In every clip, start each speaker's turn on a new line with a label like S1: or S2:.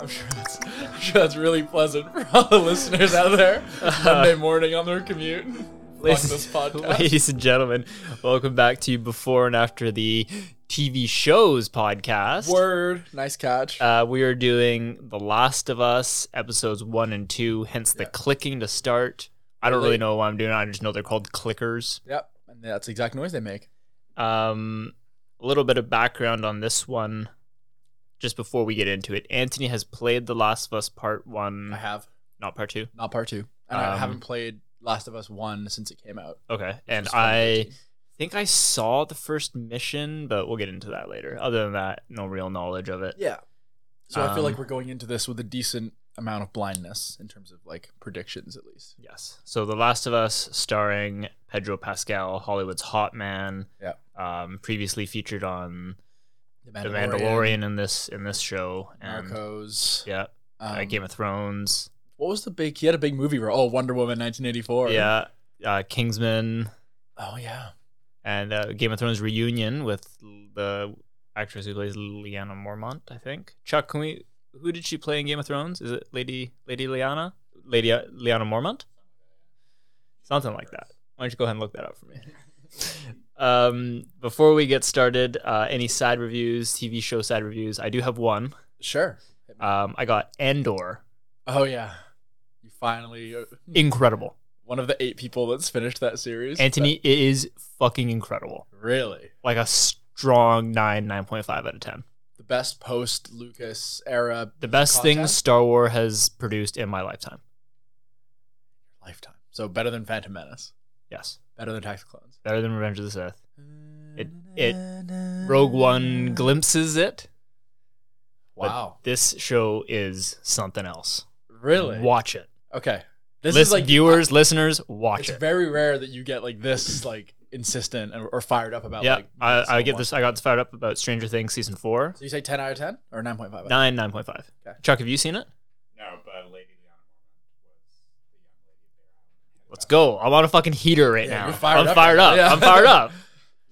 S1: I'm sure that's, I'm sure that's really pleasant for all the listeners out there. Monday morning on their commute. Fuck this podcast.
S2: ladies and gentlemen, welcome back to Before and After the TV Shows podcast.
S1: Word. Nice catch.
S2: Uh, we are doing The Last of Us episodes one and two, hence the clicking to start. I don't really
S1: Really?
S2: know why I'm doing it. I just know they're called clickers.
S1: yep. And that's the exact noise they make.
S2: Um, a little bit of background on this one just before we get into it. Anthony has played The Last of Us Part
S1: I
S2: 1,
S1: have.
S2: not Part 2.
S1: Not part two. And I
S2: Mm. Um,
S1: haven't played Last of Us 1 since it came out.
S2: Okay. And
S1: Since
S2: I
S1: 2013.
S2: think I saw the first mission, but we'll get into that later. Other than that, no real knowledge of it.
S1: Yeah. So I feel
S2: Um,
S1: like we're going into this with a decent amount of blindness in terms of like predictions, at least.
S2: Yes. So The Last of Us, starring Pedro Pascal, Hollywood's hot man.
S1: Yeah.
S2: Um, previously featured on
S1: The
S2: The Mandalorian in this in this show. And
S1: Narcos.
S2: yeah,
S1: um,
S2: uh, Game of Thrones.
S1: what was the big? He had a big movie. Where, oh, Wonder Woman, 1984.
S2: Yeah, uh, Kingsman
S1: Oh yeah.
S2: and uh, Game of Thrones reunion with the actress who plays Lyanna Mormont, I think. Chuck, can we? Who did she play in Game of Thrones? Is it Lady Lady Lyanna? Lady uh, Lyanna Mormont? Something like that. Why don't you go ahead and look that up for me? um, before we get started, uh, any side reviews, TV show side reviews? I do have one.
S1: Sure.
S2: Um, I got Andor.
S1: Oh yeah. You finally uh,
S2: Incredible.
S1: one of the eight people that's finished that series.
S2: Anthony, it is fucking incredible.
S1: But really.
S2: Like a strong nine, nine point five out of ten.
S1: The best post Lucas era
S2: the best
S1: content?
S2: things Star Wars has produced in my lifetime.
S1: lifetime. So better than Phantom Menace.
S2: Yes,
S1: Better than Tax Clones.
S2: better than Revenge of the Sith. It- it- Rogue
S1: Mm.
S2: One glimpses it. but
S1: Wow.
S2: this show is something else.
S1: Really?
S2: Watch it.
S1: Okay.
S2: This
S1: This is like
S2: viewers, listeners, watch
S1: It's
S2: it.
S1: very rare that you get like this like insistent or, or fired up about
S2: yeah,
S1: like
S2: I, I get
S1: someone.
S2: this. I got fired up about Stranger Things season four.
S1: So you say 10 out of 10 or 9.5?
S2: Nine, nine point five.
S1: Okay.
S2: Chuck, have you seen it?
S3: No, but Lady Leona Mormont was the young lady there.
S2: Let's go. I'm on a fucking heater right
S1: Yeah,
S2: now.
S1: you're fired
S2: I'm
S1: up
S2: fired
S1: right
S2: up.
S1: now. Yeah.
S2: I'm fired up.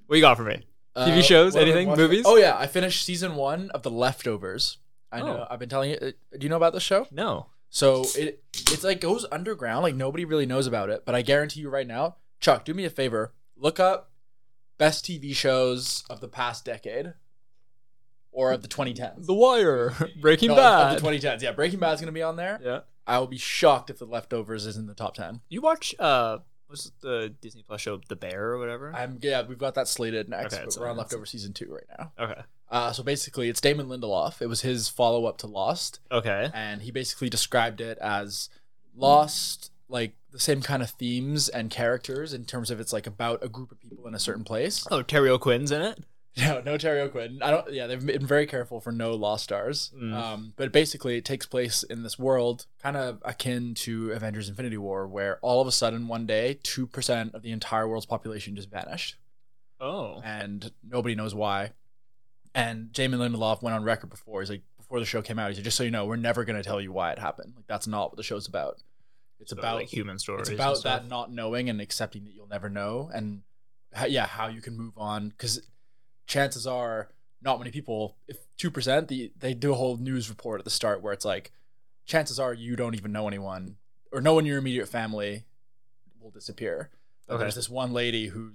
S2: What you got for me? TV shows,
S1: Uh, what have I
S2: anything,
S1: watched?
S2: movies?
S1: Oh yeah, I finished season 1 of The Leftovers.
S2: Oh.
S1: I know. I've been telling you uh, do you know about this show?
S2: No.
S1: So it it's like goes underground like nobody really knows about it, but I guarantee you right now, Chuck, do me a favor. Look up best TV shows of the past decade or of the 2010s.
S2: Wire, Breaking
S1: No, of the 2010s. Yeah, Breaking Bad's going to be on there.
S2: yeah.
S1: I will be shocked if The Leftovers is in the top 10.
S2: You watch uh, what's the Disney Plus show, The Bear or whatever?
S1: I'm yeah, we've got that slated next,
S2: Okay,
S1: but
S2: it's-
S1: we're on
S2: it's-
S1: Leftover season two right now.
S2: okay.
S1: Uh, so basically, it's Damon Lindelof. It was his follow up to Lost,
S2: Okay.
S1: and he basically described it as Lost, like the same kind of themes and characters in terms of it's like about a group of people in a certain place.
S2: Oh, Terry O'Quinn's in it.
S1: No, no Terry O'Quinn. I don't. Yeah, they've been very careful for no Lost stars.
S2: Mm.
S1: Um, but basically, it takes place in this world, kind of akin to Avengers: Infinity War, where all of a sudden, one day, two percent of the entire world's population just vanished.
S2: Oh.
S1: and nobody knows why. And Jamin Lindelof went on record before. He's like, before the show came out, he said, just so you know, we're never going to tell you why it happened. Like, that's not what the show's about. It's about
S2: like human stories.
S1: it's
S2: and
S1: about
S2: stuff.
S1: that not knowing and accepting that you'll never know, and ho- yeah, how you can move on. Because chances are, not many people, if two percent, the, they do a whole news report at the start where it's like, chances are you don't even know anyone or no one in your immediate family will disappear. But
S2: Okay.
S1: there's this one lady who,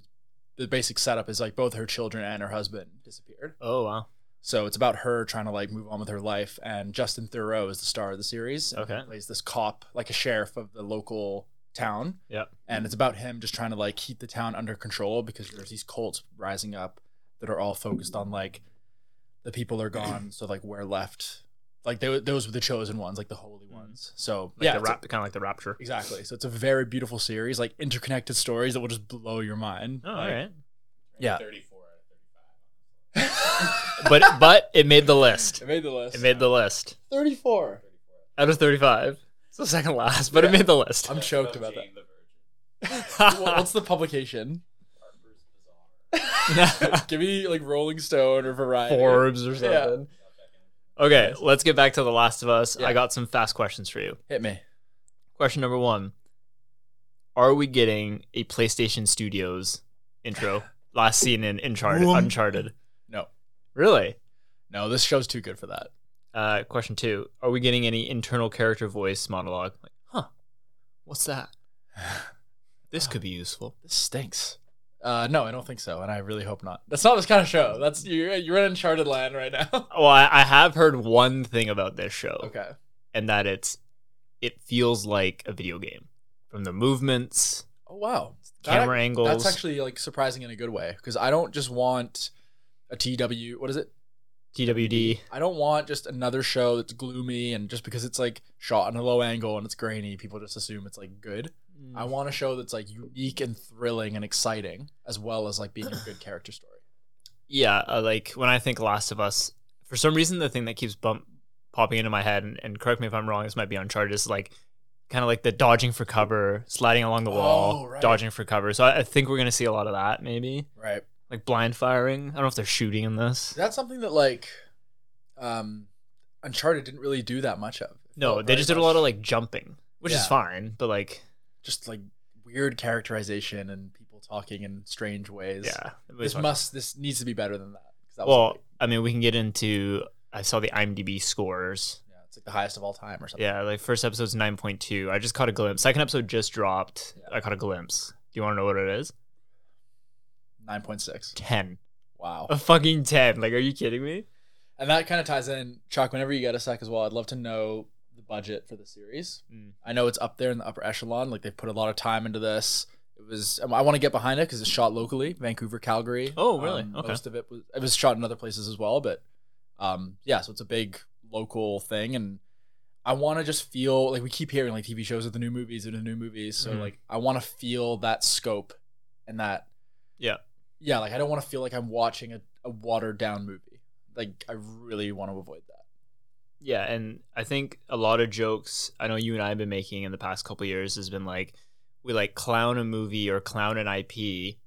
S1: the basic setup is like both her children and her husband disappeared.
S2: Oh wow.
S1: So it's about her trying to like move on with her life. And Justin Thoreau is the star of the series. and
S2: Okay.
S1: he plays this cop, like a sheriff of the local town.
S2: Yep.
S1: And it's about him just trying to like keep the town under control because there's these cults rising up that are all focused on like the people are gone, so like we're left. Like they, those were the chosen ones, like the holy ones. So
S2: Mm-hmm. Like
S1: yeah,
S2: the
S1: it's a-
S2: rap, kind of like the Rapture.
S1: exactly. So it's a very beautiful series, like interconnected stories that will just blow your mind.
S2: Oh, all
S1: Like,
S2: right.
S1: Yeah.
S3: 34 out of 35.
S2: but but it made the list.
S1: It made the list.
S2: It made the list
S1: thirty-four.
S2: out of thirty-five. It's the second last, but it
S1: Yeah.
S2: made the list.
S1: I'm choked about that.
S3: Jane the Virgin.
S1: Wha- What's the publication?
S3: Harper's Bazaar.
S1: Give me like Rolling Stone or Variety.
S2: Forbes or
S1: Yeah.
S2: something. Okay,
S1: Yes.
S2: let's get back to The Last of Us.
S1: Yeah.
S2: I got some fast questions for you.
S1: Hit me.
S2: Question number one: Are we getting a PlayStation Studios intro? last seen in Uncharted.
S1: Whoom.
S2: Uncharted.
S1: No,
S2: Really?
S1: no, this show's too good for that.
S2: Uh, question two: Are we getting any internal character voice monologue? Like, huh? What's that? This could be useful.
S1: This stinks. Uh, no, I don't think so, and I really hope not. That's not this kind of show. That's you're you're in uncharted land right now.
S2: Well, I, I have heard one thing about this show,
S1: okay.
S2: and that it's it feels like a video game from the movements,
S1: Oh wow. That-
S2: camera angles.
S1: That's actually like surprising in a good way because I don't just want a TW. What is it?
S2: TWD.
S1: I don't want just another show that's gloomy and just because it's like shot on a low angle and it's grainy, people just assume it's like good. Mm. I
S2: Mm.
S1: want a show that's like unique and thrilling and exciting, as well as like being a good character story.
S2: yeah, uh, like when I think Last of Us, for some reason the thing that keeps bump popping into my head, and, and correct me if I'm wrong, this might be Uncharted, is like kind of like the dodging for cover, sliding along the wall,
S1: Oh, right.
S2: dodging for cover. So I, I think we're gonna see a lot of that, maybe
S1: Right.
S2: like blind firing. I don't know if they're shooting in this.
S1: That's something that like um Uncharted didn't really do that much of. Not
S2: No, they
S1: Oh, very
S2: just did a
S1: much.
S2: lot of like jumping, which is
S1: Yeah.
S2: fine, but like
S1: just like weird characterization and people talking in strange ways.
S2: yeah, it was
S1: This
S2: fine.
S1: must this needs to be better than that. 'cause That was
S2: Well,
S1: like,
S2: I mean, we can get into. I saw the IMDb scores.
S1: yeah, it's like the highest of all time or something.
S2: Yeah, like first episode's nine point two. I just caught a glimpse. Second episode just dropped.
S1: Yeah.
S2: I caught a glimpse. Do you want to know what it is?
S1: Nine point six.
S2: Ten.
S1: Wow.
S2: A fucking ten. Like, are you kidding me?
S1: And that kind of ties in, Chuck, whenever you get a sec as well, I'd love to know the budget for the series.
S2: Mm.
S1: I know it's up there in the upper echelon. Like they've put a lot of time into this. It was um, I want to get behind it because it's shot locally, Vancouver, Calgary.
S2: Oh, really?
S1: Um,
S2: Okay.
S1: Most of it was it was shot in other places as well, but um, yeah. So it's a big local thing, and I want to just feel like we keep hearing like TV shows are the new movies are the new movies. So
S2: Mhm.
S1: like I want to feel that scope and that
S2: Yeah.
S1: yeah. Like I don't want to feel like I'm watching a, a watered down movie. Like I really want to avoid that.
S2: Yeah, and I think a lot of jokes I know you and I have been making in the past couple years has been like we like clown a movie or clown an IP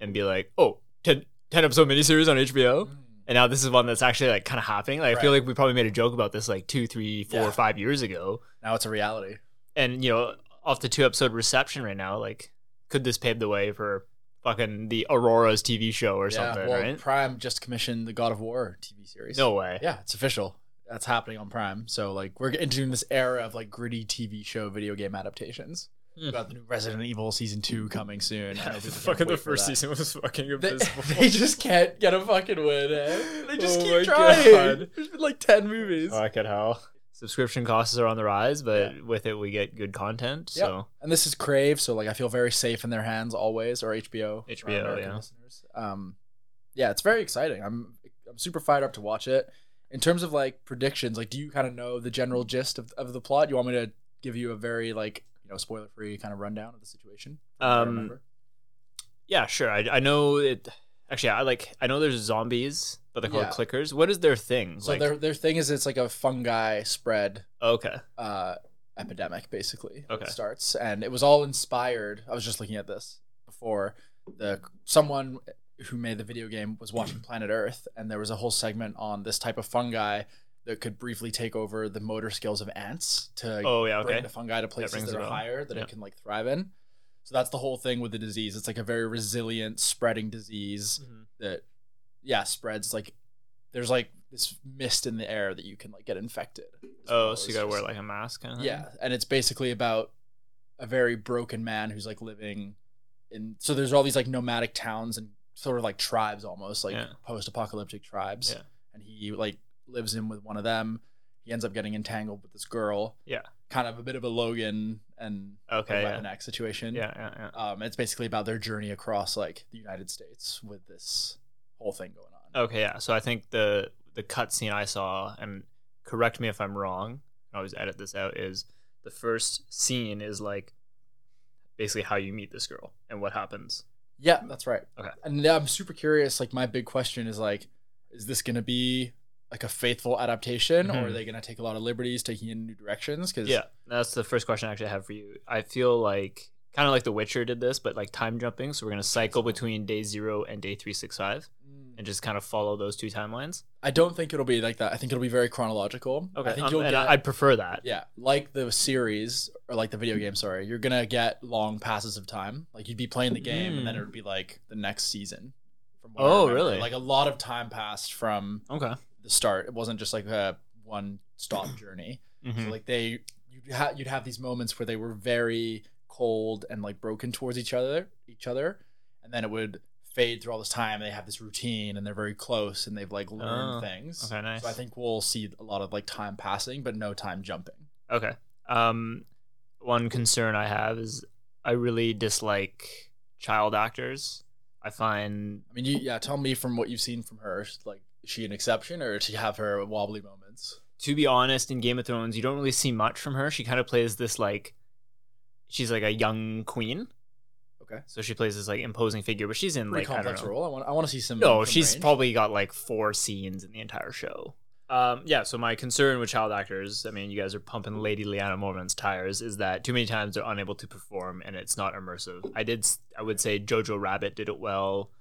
S2: and be like, oh, 10, 10 episode miniseries on HBO.
S1: Mm.
S2: And now this is one that's actually like kind of happening. Like I feel
S1: Right.
S2: like we probably made a joke about this like two, three, four,
S1: Yeah.
S2: five years ago.
S1: Now it's a reality.
S2: And you know, off the two episode reception right now, like could this pave the way for fucking the Aurora's TV show or something?
S1: well,
S2: right?
S1: Prime just commissioned the God of War TV series.
S2: no way.
S1: yeah, it's official. That's happening on Prime. So like we're entering this era of like gritty TV show video game adaptations.
S2: Hmm.
S1: We got the new Resident Evil season two coming soon. I know people can't
S2: fucking the
S1: wait for
S2: first
S1: that.
S2: season was fucking
S1: They,
S2: abysmal.
S1: they just can't get a fucking win. Eh? They just
S2: Oh my
S1: keep trying.
S2: God.
S1: There's been like ten movies,
S2: Fuck it, hell. Subscription costs are on the rise, but with it we get good content.
S1: Yep.
S2: So
S1: and this is Crave, so like I feel very safe in their hands always, or HBO. for our
S2: HBO,
S1: American
S2: yeah.
S1: listeners. Um, yeah, it's very exciting. I'm I'm super fired up to watch it. In terms of like predictions, like do you kind of know the general gist of, of the plot? You want me to give you a very like you know spoiler free kind of rundown of the situation? from what I
S2: Um,
S1: remember?
S2: yeah, sure. I, I know it. Actually, I like. I know there's zombies, but they're called
S1: Yeah.
S2: clickers. What is their thing?
S1: so
S2: like,
S1: their their thing is it's like a fungi spread
S2: okay,
S1: uh, epidemic, basically. that
S2: Okay.
S1: starts, and it was all inspired. I was just looking at this before. The someone who made the video game was watching Planet Earth, and there was a whole segment on this type of fungi that could briefly take over the motor skills of ants to
S2: oh yeah,
S1: bring
S2: okay.
S1: the fungi to places
S2: rings
S1: that
S2: a
S1: are
S2: bell.
S1: higher that
S2: Yeah.
S1: it can like thrive in. So that's the whole thing with the disease. It's like a very resilient, spreading disease
S2: Mhm.
S1: that yeah spreads like there's like this mist in the air that you can like get infected. as
S2: Oh,
S1: well
S2: so
S1: as
S2: you gotta
S1: just-
S2: wear like a mask, kind of.
S1: yeah, and it's basically about a very broken man who's like living in. So there's all these like nomadic towns and sort of like tribes, almost like
S2: Yeah.
S1: post-apocalyptic tribes.
S2: Yeah.
S1: And he like lives in with one of them. He ends up getting entangled with this girl.
S2: Yeah.
S1: Kind of a bit of a Logan and a
S2: Okay. Yeah.
S1: Weapon X situation.
S2: yeah, yeah, yeah.
S1: Um, it's basically about their journey across like the United States with this whole thing going on.
S2: Okay, yeah. So I think the the cutscene I saw, and correct me if I'm wrong. I always edit this out. Is the first scene is like basically how you meet this girl and what happens.
S1: Yeah, that's right.
S2: Okay.
S1: And I'm super curious. Like my big question is like, is this gonna be like a faithful adaptation, or are
S2: Mhm.
S1: they gonna take a lot of liberties, taking it in new directions? Because
S2: Yeah, that's the first question I actually have for you. I feel like kind of like The Witcher did this, but like time jumping. So we're gonna cycle between day zero and day three six five, and just kind of follow those two timelines.
S1: Mm, I don't think it'll be like that. I think it'll be very chronological.
S2: Okay,
S1: I think
S2: um,
S1: you'll
S2: and
S1: get
S2: I, I'd prefer that.
S1: yeah, like the series or like the video game. Sorry, you're gonna get long passes of time. Like you'd be playing the game, and then it
S2: Mm.
S1: would be like the next season. From what I
S2: Oh,
S1: remember.
S2: really?
S1: Like a lot of time passed from
S2: Okay.
S1: the start. It wasn't just like a one stop journey.
S2: Mhm.
S1: So like they you'd, ha- you'd have these moments where they were very cold and like broken towards each other, each other, and then it would fade through all this time. They have this routine and they're very close and they've like learned
S2: Oh,
S1: things.
S2: okay, nice.
S1: So I think we'll see a lot of like time passing, but no time jumping.
S2: Okay. Um, one concern I have is I really dislike child actors. I find
S1: I mean, you, yeah. Tell me from what you've seen from her, like is she an exception or does she have her wobbly moments?
S2: to be honest, in Game of Thrones, you don't really see much from her. She kind of plays this like she's like a young queen.
S1: Okay.
S2: So she plays this like imposing figure, but she's in
S1: Pretty
S2: like I don't
S1: complex
S2: know.
S1: role. I want I want to see some.
S2: No,
S1: some
S2: she's
S1: range.
S2: probably got like four scenes in the entire show. Um, yeah, so my concern with child actors, I mean, you guys are pumping Lady Liana Mormon's tires, is that too many times they're unable to perform and it's not immersive. I did, s- I would say Jojo Rabbit did it well.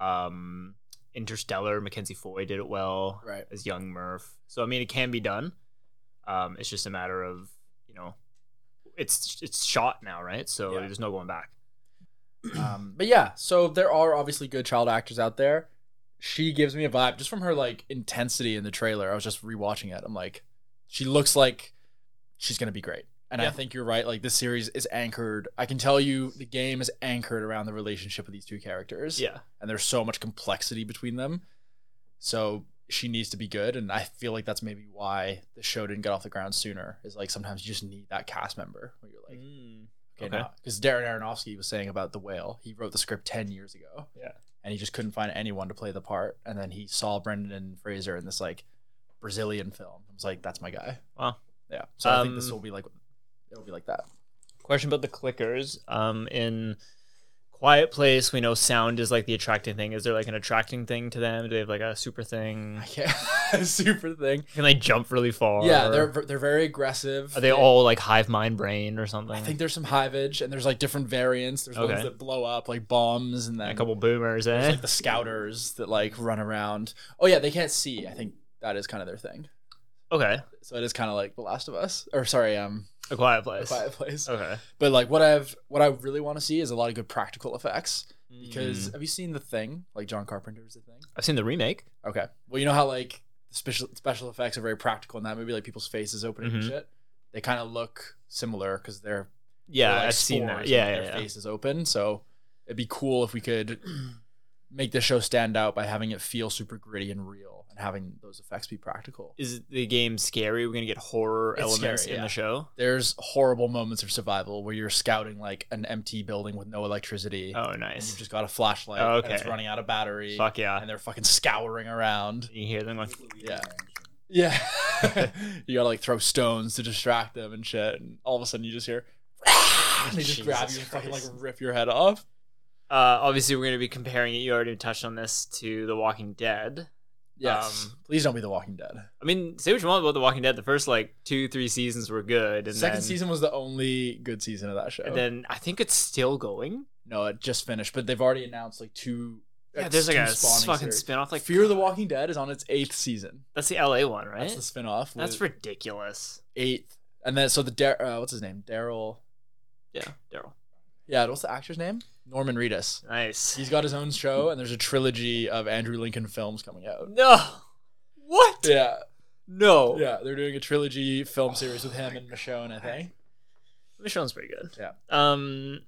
S2: Um, Interstellar, Mackenzie Foy did it well
S1: right.
S2: as young Murph. So I mean, it can be done. Um, it's just a matter of you know, it's it's shot now, right? So
S1: Yeah.
S2: there's no going back.
S1: um, but yeah, so there are obviously good child actors out there. She gives me a vibe just from her like intensity in the trailer. I was just rewatching it. I'm like, she looks like she's gonna be great. And I
S2: Yeah.
S1: think you're right. Like this series is anchored. I can tell you the game is anchored around the relationship of these two characters.
S2: Yeah,
S1: And there's so much complexity between them. So she needs to be good. And I feel like that's maybe why the show didn't get off the ground sooner. Is like sometimes you just need that cast member where you're like,
S2: Mm.
S1: Okay.
S2: Okay.
S1: Because Darren Aronofsky was saying about The Whale. He wrote the script 10 years ago.
S2: Yeah.
S1: And he just couldn't find anyone to play the part. And then he saw Brendan and Fraser in this like Brazilian film. I was like, that's my guy.
S2: Wow.
S1: Yeah. So I think this
S2: Um,
S1: will be like, it'll be like that.
S2: question about the clickers. Um, in Quiet Place, we know sound is like the attracting thing. Is there like an attracting thing to them? Do they have like a super thing?
S1: I can't. Super thing.
S2: Can they jump really far?
S1: Yeah. They're, they're very aggressive.
S2: are they all like hive mind brain or something?
S1: I think there's some hivage and there's like different variants. There's
S2: Okay.
S1: ones that blow up like bombs and then
S2: a couple boomers, eh?
S1: there's like the scouters that like run around. Oh, yeah. They can't see. I think that is kind of their thing.
S2: okay,
S1: So it is kind of like The Last of Us, or sorry, um,
S2: a quiet
S1: A
S2: place.
S1: Quiet Place.
S2: Okay,
S1: But like what I've what I really want to see is a lot of good practical effects
S2: Mm.
S1: because have you seen the thing? Like John Carpenter's the thing.
S2: I've seen the remake.
S1: Okay. Well, you know how like special special effects are very practical in that movie, like people's faces opening and
S2: Mhm.
S1: shit. They kind of look similar because they're
S2: Yeah,
S1: they're, like,
S2: I've seen that.
S1: spores
S2: Yeah,
S1: and
S2: yeah,
S1: their
S2: yeah.
S1: faces open. So it'd be cool if we could make the show stand out by having it feel super gritty and real, and having those effects be practical.
S2: is the game scary? We're gonna get horror
S1: It's
S2: elements
S1: scary,
S2: in
S1: yeah.
S2: the show.
S1: there's horrible moments of survival where you're scouting like an empty building with no electricity.
S2: Oh,
S1: and
S2: nice.
S1: You've just got a flashlight
S2: Oh,
S1: and it's
S2: okay.
S1: running out of battery.
S2: Fuck yeah!
S1: And they're fucking scouring around.
S2: You hear them going.
S1: Yeah. Yeah. you gotta like throw stones to distract them and shit. And all of a sudden you just hear and they just
S2: Ah, Jesus
S1: grab you and fucking like
S2: Christ.
S1: rip your head off.
S2: Uh, obviously, we're gonna be comparing it. You already touched on this to The Walking Dead.
S1: Yes.
S2: Um,
S1: Please don't be the Walking Dead.
S2: I mean, say what you want about The Walking Dead. The first like two, three seasons were good, and
S1: Second
S2: then,
S1: season was the only good season of that show.
S2: and then I think it's still going.
S1: no, it just finished, but they've already announced like two.
S2: Yeah, there's like
S1: two
S2: a
S1: spawning
S2: fucking
S1: series.
S2: spin-off. Like uh,
S1: Fear of the Walking Dead is on its eighth season.
S2: That's the LA one, right?
S1: That's the spinoff.
S2: That's
S1: with
S2: ridiculous.
S1: eighth, and then so the Dar- uh, what's his name? Daryl.
S2: Yeah, Daryl.
S1: Yeah, what's the actor's name? Norman Reedus.
S2: Nice.
S1: He's got his own show, and there's a trilogy of Andrew Lincoln films coming out.
S2: No. What?
S1: Yeah,
S2: No.
S1: yeah, they're doing a trilogy film series with him and Michonne. I think
S2: Michonne's pretty good.
S1: Yeah.
S2: Um.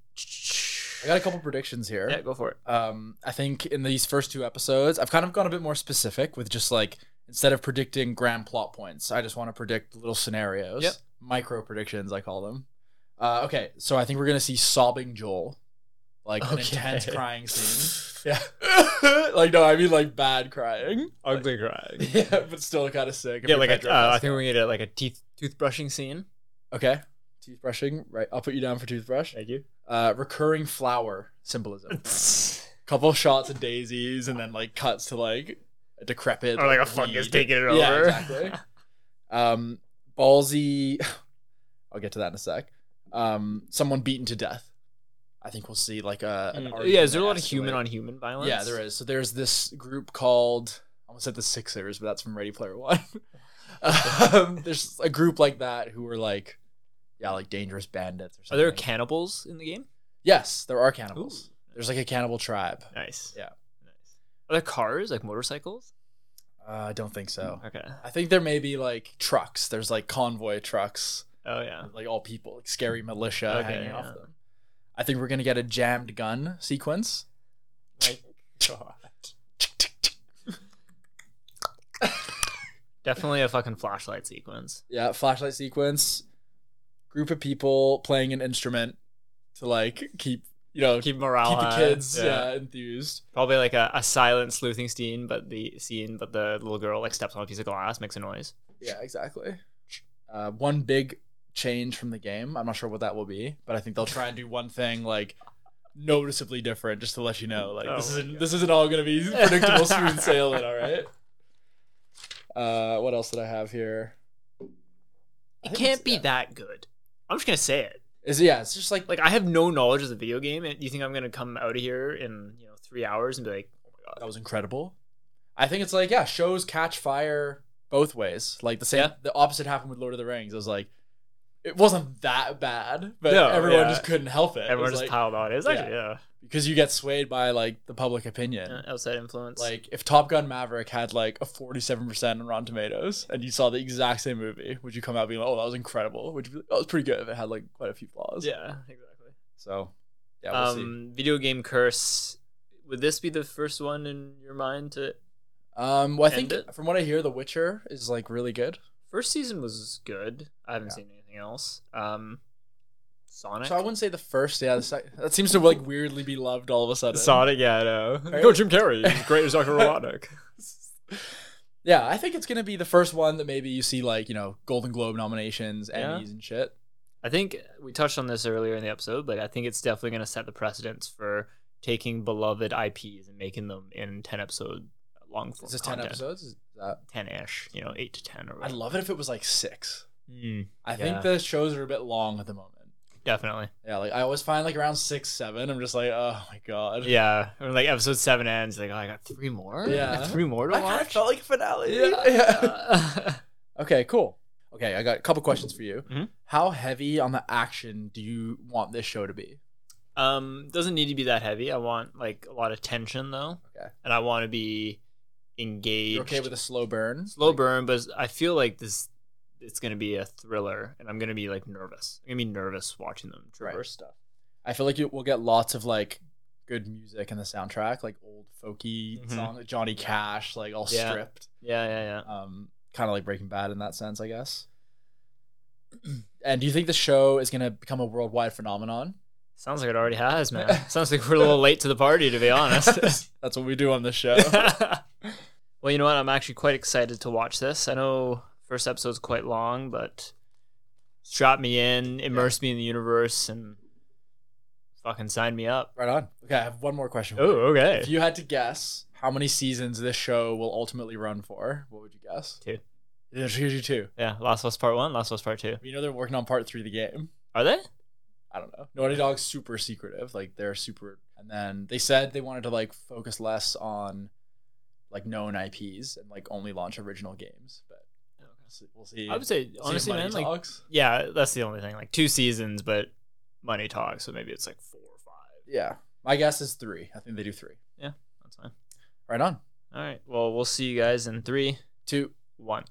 S1: I got a couple predictions here.
S2: Yeah, go for it.
S1: Um, I think in these first two episodes, I've kind of gone a bit more specific with just like instead of predicting grand plot points, I just want to predict little scenarios,
S2: Yep.
S1: micro predictions, I call them. Uh, okay, so I think we're gonna see sobbing Joel, like an
S2: Okay.
S1: intense crying scene. Yeah, like no, I mean like bad crying.
S2: Ugly crying.
S1: Yeah, but still kind of sick.
S2: Yeah, like a,
S1: Pedro
S2: uh, I
S1: Pascal.
S2: think we need a, like a teeth toothbrushing scene.
S1: okay, toothbrushing. Right, I'll put you down for toothbrush.
S2: Thank you.
S1: Uh, recurring flower symbolism. couple shots of daisies and then like cuts to like a decrepit
S2: or like a fungus
S1: weed.
S2: taking it over.
S1: Yeah, exactly. um ballsy I'll get to that in a sec. Um someone beaten to death. I think we'll see like a an
S2: Mm.
S1: argument
S2: yeah, is there a lot of human
S1: escalate.
S2: on human violence?
S1: Yeah, there is. So there's this group called I almost said the Sixers, but that's from Ready Player One. um, there's a group like that who are like yeah, like dangerous bandits or
S2: Are
S1: something.
S2: there cannibals in the game?
S1: Yes, there are cannibals. There's like a cannibal tribe.
S2: Nice.
S1: Yeah.
S2: Nice. Are there cars like motorcycles?
S1: Uh, I don't think so.
S2: Okay.
S1: I think there may be like trucks. There's like convoy trucks,
S2: Oh yeah.
S1: like all people, like scary militia
S2: Okay,
S1: hanging off
S2: yeah.
S1: them. I think we're gonna get a jammed gun sequence.
S2: Like definitely a fucking flashlight sequence.
S1: Yeah, flashlight sequence. Group of people playing an instrument to like keep you know keep,
S2: Keep morale.
S1: the
S2: high.
S1: kids yeah. enthused.
S2: Probably like a, a silent sleuthing scene, but the scene, but the little girl like steps on a piece of glass, makes a noise.
S1: Yeah, exactly. Uh, one big change from the game. I'm not sure what that will be, but I think they'll try and do one thing like noticeably different, just to let you know. Like
S2: Oh
S1: this
S2: my
S1: isn't
S2: God.
S1: this isn't all gonna be predictable smooth sailing. All right. Uh, what else did I have here? I
S2: It
S1: think
S2: can't
S1: it's-
S2: be
S1: yeah.
S2: that good. I'm just gonna say it.
S1: Is yeah, it's just like
S2: Like I have no knowledge of the video game, and you think I'm gonna come out of here in you know three hours and be like, oh my god,
S1: that was incredible. I think it's like yeah, shows catch fire both ways. Like the same,
S2: Yeah.
S1: the opposite happened with Lord of the Rings. It was like it wasn't that bad, but
S2: No,
S1: everyone
S2: yeah.
S1: just couldn't help it. It
S2: everyone
S1: was like-
S2: just piled on. It was
S1: yeah.
S2: actually yeah,
S1: because you get swayed by like the public opinion.
S2: Uh, outside influence.
S1: Like if Top Gun Maverick had like a forty-seven percent on Rotten Tomatoes, and you saw the exact same movie, would you come out being like, "Oh, that was incredible"? Would you be like, "Oh, it's pretty good"? If it had like quite a few flaws.
S2: yeah, exactly.
S1: So, yeah, we'll see.
S2: um, video game curse. Would this be the first one in your mind to?
S1: Um, well, I think
S2: end it?
S1: from what I hear, The Witcher is like really good.
S2: First season was good. I haven't
S1: Yeah.
S2: seen anything else. Um, Sonic.
S1: So I wouldn't say the first. Yeah, the sec- that seems to like weirdly be loved all of a sudden.
S2: yeah, no.
S1: Go
S2: Jim Carrey. He's great as Dr. Robotnik.
S1: Yeah, I think it's gonna be the first one that maybe you see like you know Golden Globe nominations,
S2: Yeah.
S1: Emmys, and shit.
S2: I think we touched on this earlier in the episode, but I think it's definitely going to set the precedence for taking beloved IPs and making them in 10 episode long form.
S1: Is this ten
S2: content.
S1: episodes? Is that-
S2: 10 ish, you know, 8 to 10 or
S1: I'd
S2: whatever.
S1: love it if it was like six.
S2: Mm,
S1: I
S2: Yeah.
S1: think the shows are a bit long at the moment.
S2: definitely.
S1: Yeah, like I always find like around six, seven. I'm just like, oh my god.
S2: Yeah. Or like episode 7 ends, like, oh, I got three more? I got
S1: Yeah.
S2: three more to
S1: I kind of
S2: watch?
S1: felt like a finale.
S2: yeah.
S1: okay, cool. Okay, I got a couple questions for you.
S2: Mhm.
S1: How heavy on the action do you want this show to be?
S2: Um, doesn't need to be that heavy. I want like a lot of tension though.
S1: Okay.
S2: And I want to be engaged.
S1: You okay with a slow burn?
S2: slow burn, but I feel like this it's gonna be a thriller, and I'm gonna be like nervous. I'm gonna be nervous watching them traverse
S1: Right.
S2: stuff.
S1: I feel like you will get lots of like good music in the soundtrack, like old folky
S2: Mhm.
S1: song, Johnny Cash, like all
S2: Yeah.
S1: stripped.
S2: Yeah, yeah, yeah.
S1: Um, kind of like Breaking Bad in that sense, I guess. and do you think the show is gonna become a worldwide phenomenon?
S2: Sounds like it already has, man. Sounds like we're a little late to the party, to be honest.
S1: That's what we do on this show.
S2: well, you know what? I'm actually quite excited to watch this. I know first episode's quite long, but strap me in, immerse me in the universe, and fucking sign me up.
S1: right on. Okay, I have one more question. for
S2: Oh,
S1: you.
S2: okay.
S1: If you had to guess how many seasons this show will ultimately run for, what would you guess?
S2: Two.
S1: Yeah, she gives you two.
S2: yeah, Last of Us Part One, Last of Us Part Two.
S1: You know they're working on part three of the game.
S2: Are they?
S1: I don't know. Naughty Dog's super secretive. Like they're super. And then they said they wanted to like focus less on like known IPs and like only launch original games. But we'll see. We'll see.
S2: I would say
S1: See if
S2: honestly,
S1: money
S2: man, like
S1: talks.
S2: yeah, that's the only thing. Like two seasons, but money talks, so maybe it's like four or five.
S1: yeah, my guess is three. I think they do three.
S2: That's fine.
S1: Right on.
S2: All right. Well, we'll see you guys in three,
S1: Two.
S2: one.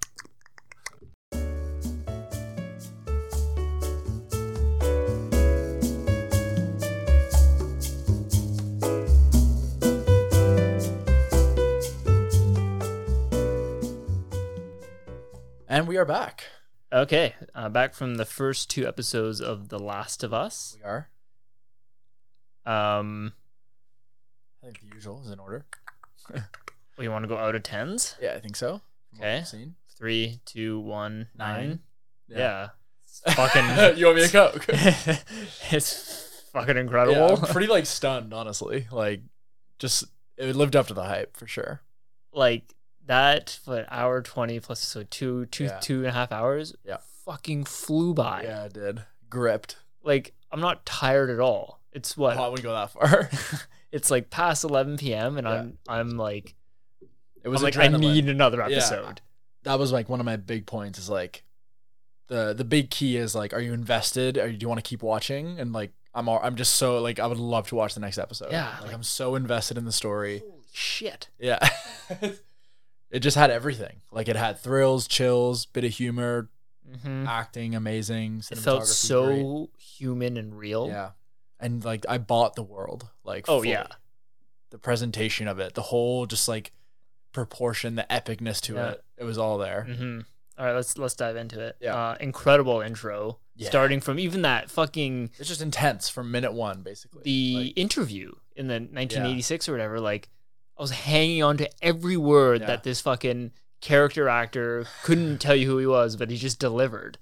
S1: And we are back.
S2: Okay, uh, back from the first two episodes of The Last of Us.
S1: We are.
S2: Um,
S1: I think the usual is in order.
S2: we want to go out of tens.
S1: Yeah, I think so. from what
S2: Okay.
S1: we've Seen.
S2: Three, two, one, nine.
S1: Nine.
S2: Yeah. It's fucking.
S1: you owe me a coke.
S2: it's fucking incredible.
S1: Yeah, I'm pretty like stunned, honestly. Like, just it lived up to the hype for sure.
S2: like that for an hour 20 plus so two two
S1: Yeah.
S2: two and a half hours
S1: Yeah.
S2: fucking flew by
S1: yeah, it did. Gripped.
S2: like i'm not tired at all it's
S1: Oh, I
S2: what
S1: wouldn't go that far.
S2: it's like past 11 p.m and i'm i'm like
S1: It
S2: i'm
S1: was
S2: like i
S1: adrenaline.
S2: need another
S1: Yeah.
S2: episode
S1: That was like one of my big points. Is like, the the big key is like, are you invested? Or do you want to keep watching? And like, I'm all, I'm just so like, I would love to watch the next episode.
S2: Yeah,
S1: like,
S2: like-
S1: I'm so invested in the story.
S2: holy shit
S1: Yeah. It just had everything. Like it had thrills, chills, bit of humor,
S2: Mm-hmm.
S1: acting amazing.
S2: It felt
S1: cinematography
S2: so
S1: great.
S2: human and real.
S1: yeah, and like I bought the world. Like
S2: Oh, yeah.
S1: the presentation of it, the whole just like proportion, the epicness to
S2: Yeah.
S1: it. It was all there.
S2: Mm-hmm. All right, let's let's dive into it.
S1: Yeah.
S2: Uh, incredible intro,
S1: Yeah.
S2: starting from even that fucking
S1: It's just intense from minute one, basically.
S2: the
S1: Like,
S2: interview in the 1986 or whatever. Like, I was hanging on to every word
S1: Yeah.
S2: that this fucking character actor couldn't tell you who he was, but he just delivered.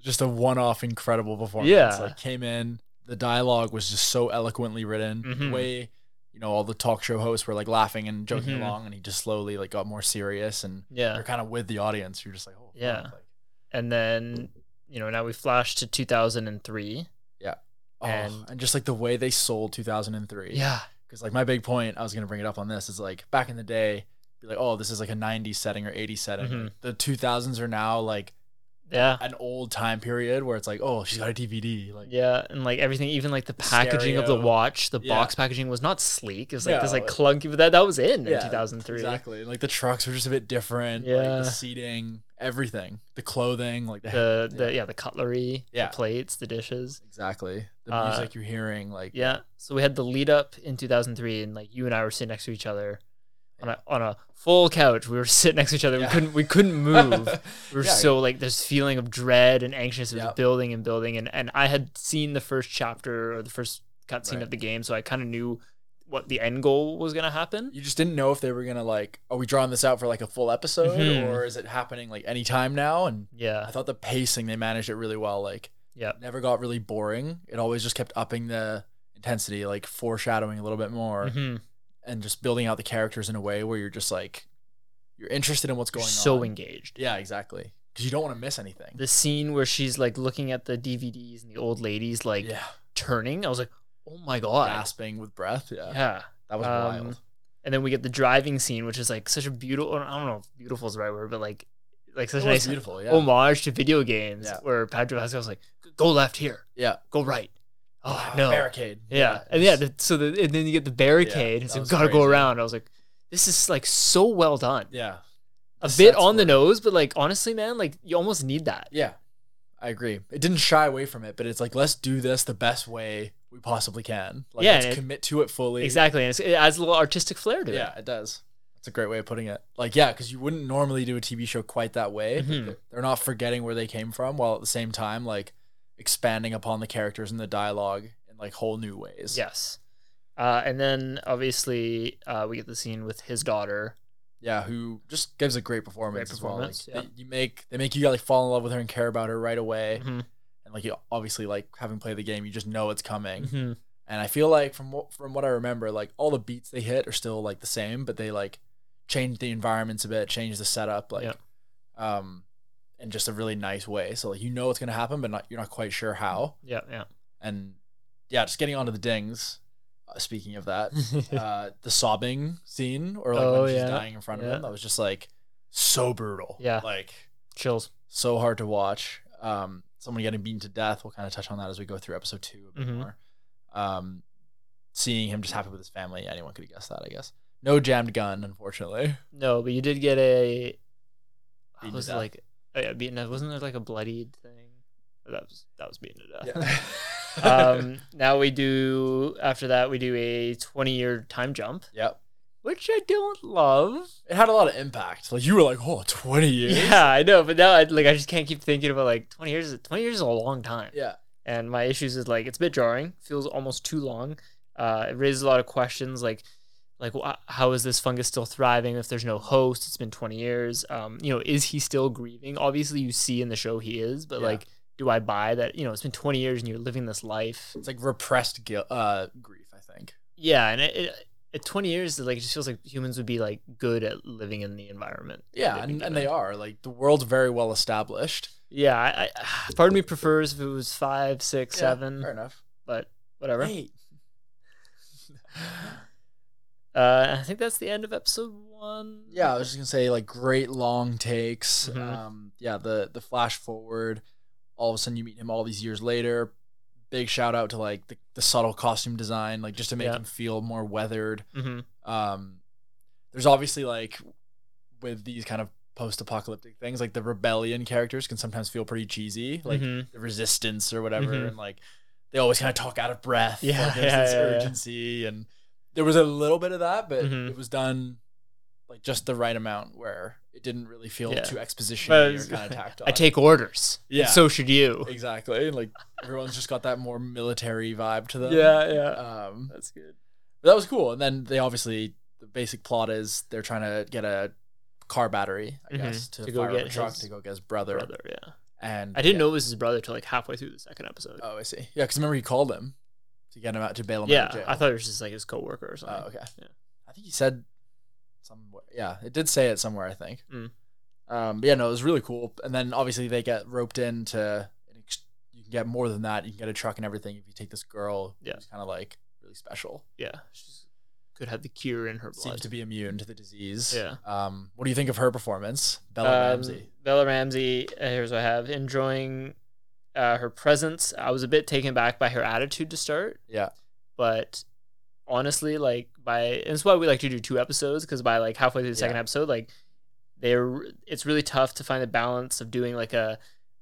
S1: just a one-off incredible performance.
S2: Yeah.
S1: Like came in, the dialogue was just so eloquently written. The
S2: Mhm.
S1: way, you know, all the talk show hosts were like laughing and joking
S2: Mhm.
S1: along and he just slowly like got more serious and
S2: Yeah.
S1: you're kind of with the audience. You're just like, oh fuck,
S2: Yeah.
S1: like,
S2: And then you know now we flash to 2003.
S1: oh.
S2: And-
S1: And, just like the way they sold 2003.
S2: Yeah.
S1: Because like my big point, I was gonna bring it up on this is like back in the day, be like, oh, this is like a 90s setting or 80s setting.
S2: Mhm.
S1: Like, the 2000s are now like
S2: Yeah.
S1: an old time period where it's like, oh, she's got a DVD. Like,
S2: Yeah, and like everything, even like the packaging of the
S1: stereo.
S2: watch, the
S1: Yeah.
S2: box packaging was not sleek. It was like this
S1: No,
S2: like
S1: it-
S2: clunky, but that that was in in
S1: Yeah,
S2: 2003.
S1: Exactly. Like the trucks were just a bit different.
S2: Yeah.
S1: Like the seating, everything, the clothing, like the,
S2: The the yeah the cutlery,
S1: Yeah.
S2: the plates, the dishes.
S1: exactly the
S2: Uh,
S1: music you're hearing. Like
S2: Yeah, so we had the lead up in 2003, and like you and I were sitting next to each other on a on a full couch. We were sitting next to each other. We
S1: Yeah.
S2: couldn't we couldn't move. We were
S1: Yeah.
S2: so like this feeling of dread and anxious was
S1: Yep.
S2: building and building and, and I had seen the first chapter or the first cutscene
S1: Right.
S2: of the game, so I kind of knew what the end goal was gonna happen.
S1: you just didn't know if they were gonna like, are we drawing this out for like a full episode
S2: Mhm.
S1: or is it happening like any time now? And
S2: Yeah,
S1: I thought the pacing they managed it really well. Like
S2: yeah.
S1: never got really boring. It always just kept upping the intensity, like foreshadowing a little bit more
S2: Mhm.
S1: and just building out the characters in a way where you're just like you're interested in what's
S2: You're
S1: going
S2: so
S1: on.
S2: engaged.
S1: Yeah, exactly. Because you don't want to miss anything.
S2: The scene where she's like looking at the DVDs and the old ladies like
S1: yeah,
S2: turning, I was like, oh my god.
S1: gasping with breath. Yeah,
S2: Yeah.
S1: that was
S2: Um,
S1: wild.
S2: And then we get the driving scene, which is like such a beautiful. I don't know if beautiful is the right word, but like, like such
S1: It
S2: a
S1: was
S2: nice Oh
S1: beautiful. Yeah,
S2: homage to video games,
S1: Yeah.
S2: where Pedro Pascal's like, go left here,
S1: yeah.
S2: go right. Oh no.
S1: Ah, barricade.
S2: Yeah. and yeah,
S1: it's-
S2: the, so the, and then you get the barricade, and
S1: that
S2: so
S1: was
S2: gotta go
S1: crazy.
S2: around. I was like, this is like so well done.
S1: yeah,
S2: a
S1: The
S2: bit
S1: sets
S2: on the
S1: were-
S2: nose, but like honestly, man, like you almost need that.
S1: yeah. I agree. It didn't shy away from it, but it's like let's do this the best way we possibly can. Like,
S2: Yeah,
S1: let's
S2: and it-
S1: commit to it fully.
S2: Exactly, and it's, it adds a little artistic flair to
S1: Yeah, it does. That's a great way of putting it. Like, yeah, because you wouldn't normally do a TV show quite that way. but
S2: Mhm.
S1: they're- They're not forgetting where they came from, while at the same time, like expanding upon the characters and the dialogue in like whole new
S2: it.
S1: ways.
S2: Yes, uh, and then obviously uh, we get the scene with his daughter.
S1: yeah, who just gives a great performance.
S2: Great
S1: as well. Like,
S2: performance, yeah.
S1: they- you make they make you like fall in love with her and care about her right away,
S2: Mm-hmm.
S1: and like you obviously like having played the game, you just know it's coming.
S2: Mhm.
S1: And I feel like from what from what I remember, like all the beats they hit are still like the same, but they like change the environments a bit, change the setup, like,
S2: Yeah.
S1: um, in just a really nice way. So like you know what's gonna happen, but not you're not quite sure how.
S2: Yeah, yeah.
S1: And yeah, just getting onto the dings. Uh, speaking of that, uh, the sobbing scene or like
S2: Oh,
S1: when she's
S2: yeah.
S1: dying in front of
S2: Yeah.
S1: him. That was just like so brutal.
S2: Yeah.
S1: Like
S2: Chills.
S1: so hard to watch. Um, someone getting beaten to death. We'll kind of touch on that as we go through episode two a bit
S2: Mhm.
S1: more. Um, seeing him just happy with his family. Anyone could have guessed that, I guess. No jammed gun, unfortunately.
S2: No, but you did get a.
S1: Beaten to
S2: was it
S1: death.
S2: like oh, yeah, beaten? to- Wasn't there like a bloodied thing? That was that was beaten to death. um, now we do. After that, we do a twenty-year time jump,
S1: yep.
S2: which I don't love.
S1: It had a lot of impact. Like you were like, oh, 20 years.
S2: Yeah, I know, but now I like I just can't keep thinking about like twenty years. is- Twenty years is a long time,
S1: Yeah.
S2: and my issues is like it's a bit jarring. Feels almost too long. Uh, it raises a lot of questions, like like wh- how is this fungus still thriving if there's no host? It's been twenty years. Um, you know, is he still grieving? Obviously, you see in the show he is, but
S1: Yeah.
S2: like, do I buy that? You know, it's been twenty years and you're living this life.
S1: It's like repressed guilt, uh, grief, I think.
S2: Yeah, and it. it at 20 years, like it just feels like humans would be like good at living in the environment.
S1: Yeah, and, and they are. Like the world's very well established.
S2: Yeah, I, I part of me prefers if it was five, six,
S1: Yeah,
S2: seven,
S1: Fair enough.
S2: but whatever.
S1: Eight.
S2: Uh, I think that's the end of episode one.
S1: Yeah, I was just gonna say like great long takes.
S2: Mhm.
S1: Um, yeah, the the flash forward. All of a sudden, you meet him all these years later. Big shout out to like the, the subtle costume design, like just to make
S2: Yeah. Mm-hmm.
S1: him feel more weathered.
S2: Mhm.
S1: Um, there's obviously like with these kind of post-apocalyptic things like the rebellion characters can sometimes feel pretty cheesy like
S2: Mhm.
S1: the resistance or whatever
S2: Mhm.
S1: and like they always kind of talk out of breath
S2: Yeah,
S1: like, there's
S2: yeah,
S1: this
S2: yeah, yeah.
S1: urgency and there was a little bit of that but
S2: Mhm.
S1: it was done like just the right amount where it didn't really feel
S2: Yeah.
S1: too exposition
S2: But
S1: or
S2: it's-
S1: kind of tacked on
S2: I take orders.
S1: Yeah.
S2: And so should you.
S1: exactly like everyone's just got that more military vibe to them
S2: yeah.
S1: um
S2: That's good.
S1: but that was cool and then they obviously the basic plot is they're trying to get a car battery i
S2: Mhm.
S1: guess to,
S2: To go
S1: fire up
S2: get
S1: a truck
S2: his
S1: to go get his brother,
S2: Brother, yeah.
S1: and
S2: I didn't
S1: yeah.
S2: know it was his brother till like halfway through the second episode.
S1: Oh, I see. Yeah, because remember he called him to get him out to bail him out
S2: yeah,
S1: of jail.
S2: I thought it was just like his coworker or something.
S1: Oh, okay.
S2: Yeah.
S1: I think he said somewhere. Yeah, it did say it somewhere. I think.
S2: Mm.
S1: Um, but yeah, no, it was really cool. And then obviously they get roped into. You can get more than that. You can get a truck and everything if you take this girl.
S2: Yeah.
S1: who's kind of like really special.
S2: Yeah, she's could have the cure in her blood.
S1: Seems to be immune to the disease.
S2: Yeah.
S1: Um, what do you think of her performance, Bella
S2: Um,
S1: Ramsey?
S2: Bella Ramsey. uh, Here's what I have: enjoying uh, her presence. I was a bit taken back by her attitude to start.
S1: Yeah.
S2: but honestly, like by and it's why we like to do two episodes because by like halfway through the second episode, like they're it's really tough to find the balance of doing like a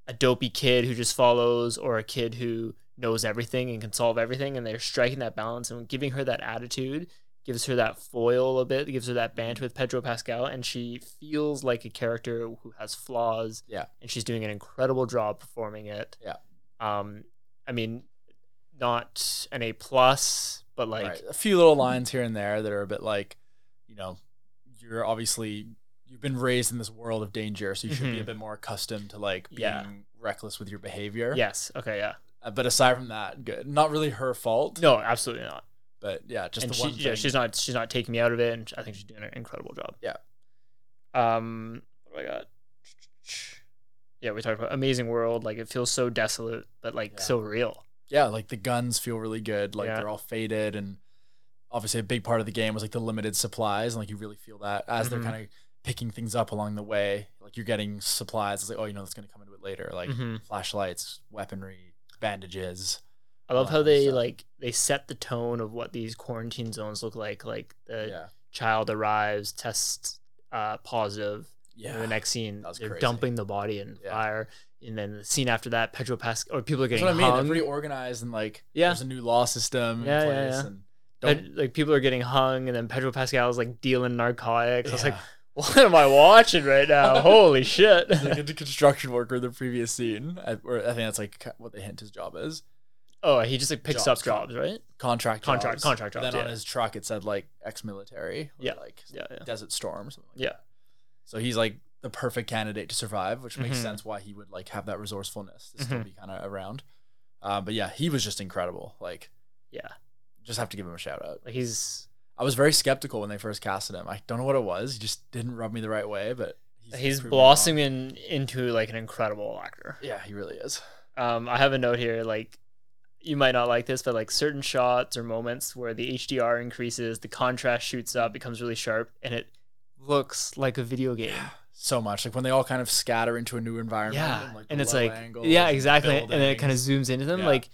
S2: a dopey kid who just follows or a kid who knows everything and can solve everything and they're striking that balance and giving her that attitude gives her that foil a bit, gives her that banter with Pedro Pascal, and she feels like a character who has flaws.
S1: Yeah.
S2: And she's doing an incredible job performing it.
S1: Yeah.
S2: Um, I mean, not an A plus, but like
S1: Right. a few little lines here and there that are a bit like, you know, you're obviously you've been raised in this world of danger, so you should be a
S2: Mhm.
S1: bit more accustomed to like being
S2: Yeah.
S1: reckless with your behavior.
S2: yes, okay, yeah.
S1: Uh, but aside from that, good. Not really her fault.
S2: No, absolutely not.
S1: But yeah, just
S2: and
S1: the
S2: she,
S1: one
S2: yeah,
S1: thing.
S2: she's not she's not taking me out of it, and I think she's doing an incredible job.
S1: Yeah.
S2: Um, what do I got? Yeah, we talked about amazing world. Like it feels so desolate, but like
S1: Yeah.
S2: so real.
S1: yeah, like the guns feel really good. Like
S2: Yeah.
S1: they're all faded and obviously a big part of the game was like the limited supplies and like you really feel that as
S2: Mhm.
S1: they're kind of picking things up along the way. Like you're getting supplies. It's like, oh, you know, that's gonna come into it later. Like
S2: Mhm.
S1: flashlights, weaponry, bandages.
S2: I love
S1: all
S2: how
S1: that good
S2: they
S1: stuff.
S2: like they set the tone of what these quarantine zones look like. Like the child arrives, tests uh, positive. And
S1: Yeah.
S2: the next scene,
S1: That was
S2: they're
S1: crazy.
S2: dumping the body in
S1: Yeah.
S2: fire, and then the scene after that, Pedro Pascal or people are
S1: That's
S2: getting
S1: what I mean. They're
S2: hung.
S1: pretty organized and like
S2: Yeah.
S1: there's a new law system in
S2: Yeah, yeah,
S1: place
S2: yeah.
S1: and
S2: Ped-
S1: don't
S2: like people are getting hung, and then Pedro Pascal is like dealing narcotics. I was like,
S1: Yeah.
S2: what am I watching right now? Holy shit!
S1: It's like a construction worker in the previous scene. I, or I think that's like what they hint his job is.
S2: oh, he just like picks
S1: Jobs,
S2: up jobs, right?
S1: Contract
S2: Contract-
S1: jobs.
S2: contract
S1: But Then
S2: jobs,
S1: on
S2: yeah.
S1: his truck it said like ex military.
S2: Yeah.
S1: Like
S2: Yeah, yeah.
S1: Desert Storm or something like
S2: Yeah.
S1: that. So he's like the perfect candidate to survive, which makes
S2: Mhm.
S1: sense why he would like have that resourcefulness to still
S2: Mhm.
S1: be kind of around. Um, but yeah, he was just incredible. Like
S2: Yeah,
S1: just have to give him a shout out.
S2: like he's
S1: I was very skeptical when they first casted him. I don't know what it was. He just didn't rub me the right way, but
S2: he's
S1: proven me wrong.
S2: blossoming into like an incredible actor.
S1: Yeah, he really is.
S2: um, I have a note here. Like, you might not like this, but like certain shots or moments where the HDR increases, the contrast shoots up, becomes really sharp, and it looks like a video game.
S1: So much. Like when they all kind of scatter into a new environment.
S2: yeah,
S1: And, like,
S2: and
S1: the
S2: it's
S1: low
S2: like,
S1: angles
S2: yeah,
S1: and
S2: exactly. And then it kind of
S1: buildings.
S2: zooms into them.
S1: Yeah.
S2: Like,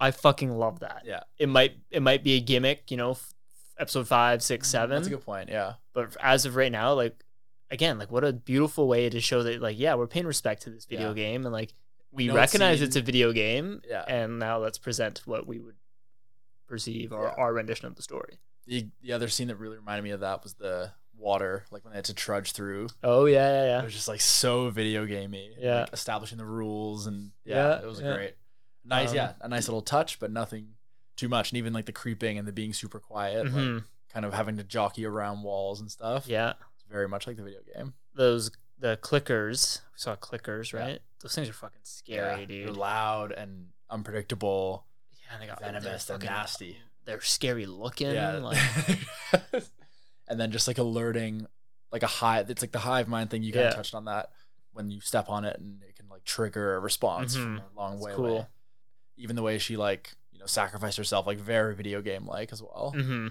S2: I fucking love that.
S1: Yeah.
S2: it might it might be a gimmick, you know, f- episode five, six, seven.
S1: Mm, That's a good point. Yeah.
S2: but as of right now, like again, like what a beautiful way to show that, like, yeah, we're paying respect to this video
S1: Yeah.
S2: game, and like we
S1: know it's
S2: recognize
S1: seen-
S2: it's a video game,
S1: Yeah.
S2: and now let's present what we would perceive or
S1: Yeah.
S2: our rendition of the story.
S1: The, the other scene that really reminded me of that was the water, like when they had to trudge through.
S2: Oh yeah, yeah,
S1: It was just like so video gamey. and,
S2: Yeah.
S1: Like establishing the rules and yeah,
S2: Yeah,
S1: it was
S2: yeah.
S1: great. Nice,
S2: Um,
S1: yeah. A nice little touch, but nothing too much. And even like the creeping and the being super quiet, like,
S2: Mhm.
S1: kind of having to jockey around walls and stuff.
S2: yeah.
S1: It's very much like the video game.
S2: Those the clickers. We saw clickers,
S1: Yeah.
S2: right? Those things are fucking scary,
S1: They're
S2: dude.
S1: loud and unpredictable.
S2: Yeah, and they got
S1: venomous,
S2: they're
S1: they're
S2: fucking-
S1: nasty.
S2: They're scary looking.
S1: Yeah.
S2: Like,
S1: and then just like alerting, like a hive. It's like the hive mind thing. You kind
S2: Yeah.
S1: of touched on that when you step on it, and it can like trigger a response from
S2: Mhm.
S1: a long
S2: It's
S1: way away.
S2: cool.
S1: Even the way she like you know sacrificed herself, like very video game like as well.
S2: hmm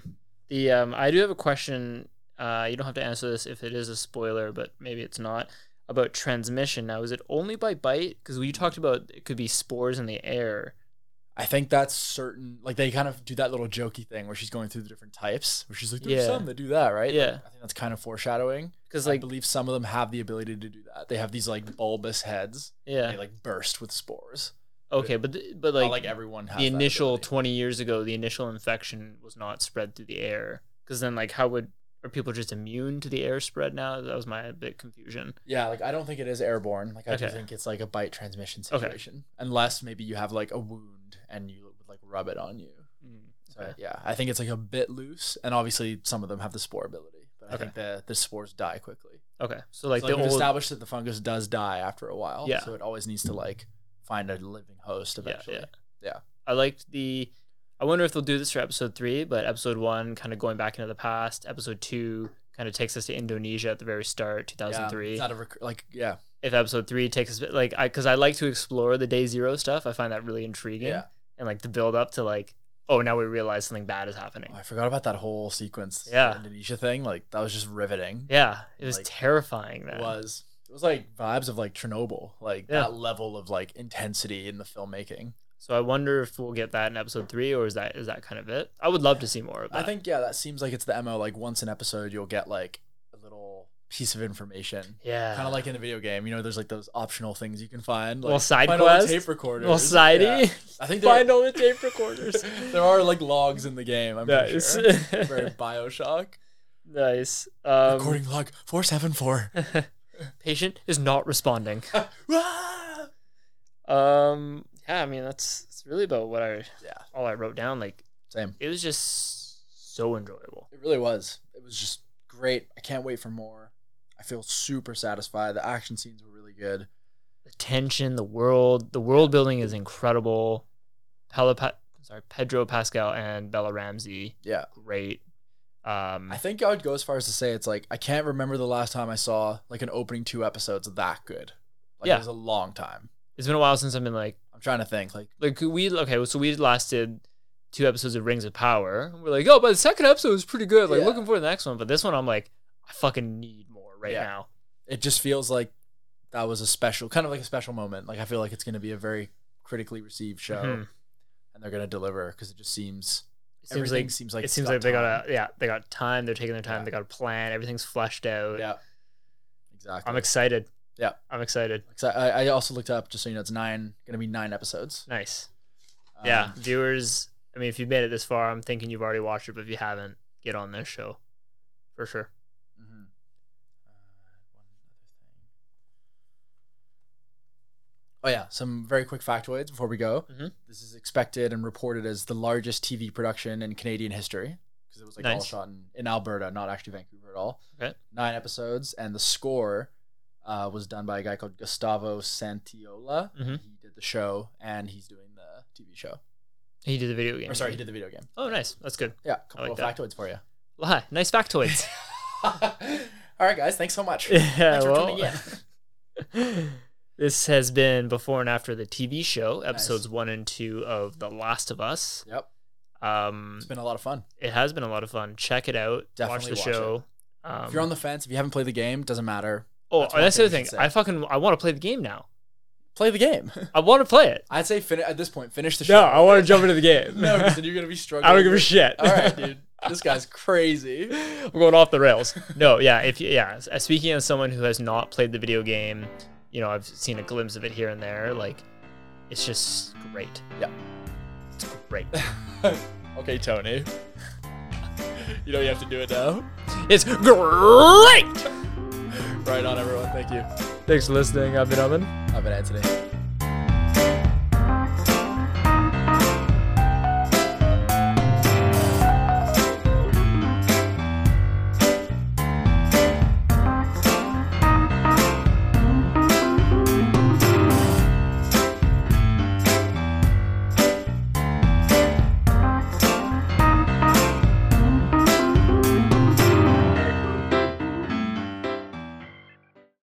S2: The um, I do have a question. Uh, you don't have to answer this if it is a spoiler, but maybe it's not about transmission. Now, is it only by bite? Because you talked about it could be spores in the air.
S1: I think that's certain. Like they kind of do that little jokey thing where she's going through the different types, where she's like, "There's
S2: Yeah.
S1: some that do that, right?"
S2: Yeah.
S1: I think that's kind of foreshadowing
S2: Because
S1: like, I
S2: like
S1: believe some of them have the ability to do that. They have these like bulbous heads.
S2: yeah
S1: They like burst with spores.
S2: okay, but th- but
S1: Like,
S2: like,
S1: like everyone has
S2: the
S1: that
S2: initial
S1: ability.
S2: twenty years ago, the initial infection was not spread through the air. Because then like how would are people just immune to the air spread now? That was my bit confusion.
S1: Yeah, like I don't think it is airborne. Like I do
S2: Okay.
S1: think it's like a bite transmission
S2: Okay.
S1: situation, unless maybe you have like a wound and you would like rub it on you. So
S2: Okay.
S1: yeah, I think it's like a bit loose, and obviously some of them have the spore ability, but I
S2: Okay.
S1: think the the spores die quickly.
S2: Okay, so like
S1: so,
S2: the
S1: like, we've
S2: old
S1: established that the fungus does die after a while.
S2: Yeah.
S1: So it always needs to like find a living host
S2: yeah,
S1: eventually.
S2: yeah I liked the. I wonder if they'll do this for episode three, but episode one kind of going back into the past. Episode two kind of takes us to Indonesia at the very start, two thousand three.
S1: It's not a rec- like yeah.
S2: if episode three takes us like I because I like to explore the day zero stuff. I find that really intriguing
S1: Yeah.
S2: and like the build up to like oh now we realize something bad is happening.
S1: Oh, I forgot about that whole sequence. the
S2: Yeah.
S1: Indonesia thing. Like that was just riveting.
S2: yeah, it was
S1: Like,
S2: terrifying. Then.
S1: It was. It was like vibes of like Chernobyl. Like
S2: Yeah.
S1: that level of like intensity in the filmmaking.
S2: So I wonder if we'll get that in episode three or is that is that kind of it? I would love to see more of that.
S1: I think yeah, that seems like it's the mo. Like once an episode, you'll get like a little piece of information.
S2: yeah,
S1: Kind of like in a video game, you know. There's like those optional things you can find. Like,
S2: Little side
S1: find all the
S2: quest?
S1: tape recorders.
S2: little sidey.
S1: Yeah. I think there-
S2: Find all the tape recorders.
S1: there are like logs in the game. I'm pretty
S2: nice.
S1: sure. Very Bioshock.
S2: nice. Um,
S1: Recording log four seven four.
S2: patient is not responding.
S1: Ah!
S2: Um, yeah, I mean that's that's really about what I
S1: Yeah,
S2: all I wrote down. Like
S1: same.
S2: it was just so enjoyable.
S1: It really was. It was just great. I can't wait for more. I feel super satisfied. The action scenes were really good.
S2: The tension, the world, the world building is incredible. Pella, pa- sorry, Pedro Pascal and Bella Ramsey,
S1: Yeah.
S2: great. Um,
S1: I think I would go as far as to say it's like I can't remember the last time I saw like an opening two episodes that good. Like
S2: Yeah.
S1: it was a long time.
S2: it's been a while since I've been like
S1: I'm trying to think. Like
S2: like we okay, so we lasted two episodes of Rings of Power. We're like, oh, but the second episode was pretty good. Like
S1: Yeah.
S2: looking forward to the next one, but this one I'm like, I fucking need more right
S1: Yeah.
S2: now.
S1: it just feels like that was a special kind of like a special moment. Like I feel like it's gonna be a very critically received show
S2: Mhm.
S1: and they're gonna deliver because it just seems,
S2: It seems
S1: everything
S2: like
S1: seems like
S2: it
S1: it's
S2: seems like they
S1: time.
S2: got a yeah, they got time. They're taking their time.
S1: Yeah.
S2: They got a plan. Everything's fleshed out.
S1: Yeah. Exactly.
S2: I'm
S1: I'm excited.
S2: excited.
S1: Yeah.
S2: I'm excited.
S1: I I also looked up just so you know it's nine gonna be nine episodes.
S2: Nice. yeah,
S1: Um,
S2: viewers. I mean, if you've made it this far, I'm thinking you've already watched it. But if you haven't, get on this show, for sure.
S1: Mm-hmm. Oh yeah, some very quick factoids before we go.
S2: Mhm.
S1: This is expected and reported as the largest TV production in Canadian history because it was like all
S2: Nice.
S1: shot in, in Alberta, not actually Vancouver at all.
S2: Okay.
S1: Nine episodes, and the score uh, was done by a guy called Gustavo Santiola.
S2: Mhm.
S1: He did the show, and he's doing the TV show.
S2: He did the video game.
S1: Or sorry, he did the video game.
S2: Oh, nice. That's good.
S1: Yeah, a couple
S2: like
S1: of
S2: that.
S1: factoids for you.
S2: Hi, nice factoids.
S1: all right, guys, thanks so much.
S2: yeah.
S1: Thanks for
S2: Well,
S1: tuning in.
S2: this has been before and after the TV show episodes one and two of The Last of Us.
S1: Yep.
S2: Um,
S1: It's been a lot of fun.
S2: it has been a lot of fun. Check it out.
S1: Definitely
S2: watch
S1: watch
S2: the show. Um,
S1: if you're on the fence, if you haven't played the game, doesn't matter.
S2: oh,
S1: that's
S2: that's,
S1: one
S2: the
S1: thing
S2: other
S1: we
S2: thing.
S1: should say.
S2: I fucking I want to play the game now.
S1: Play the game.
S2: I want to play it.
S1: I'd say fin- at this point, finish the
S2: No,
S1: show.
S2: I want to jump into the game.
S1: No, because then you're gonna be struggling.
S2: I don't give a
S1: with-
S2: shit.
S1: All right, dude. This guy's crazy.
S2: I'm going off the rails. No, yeah, if you, yeah, s- uh, speaking as someone who has not played the video game, you know, I've seen a glimpse of it here and there. Like, it's just great.
S1: Yeah.
S2: It's great.
S1: okay, Tony. You know you have to do it now.
S2: it's great.
S1: Right on, everyone. Thank you.
S2: Thanks for listening. I've been Oven.
S1: I've been Anthony.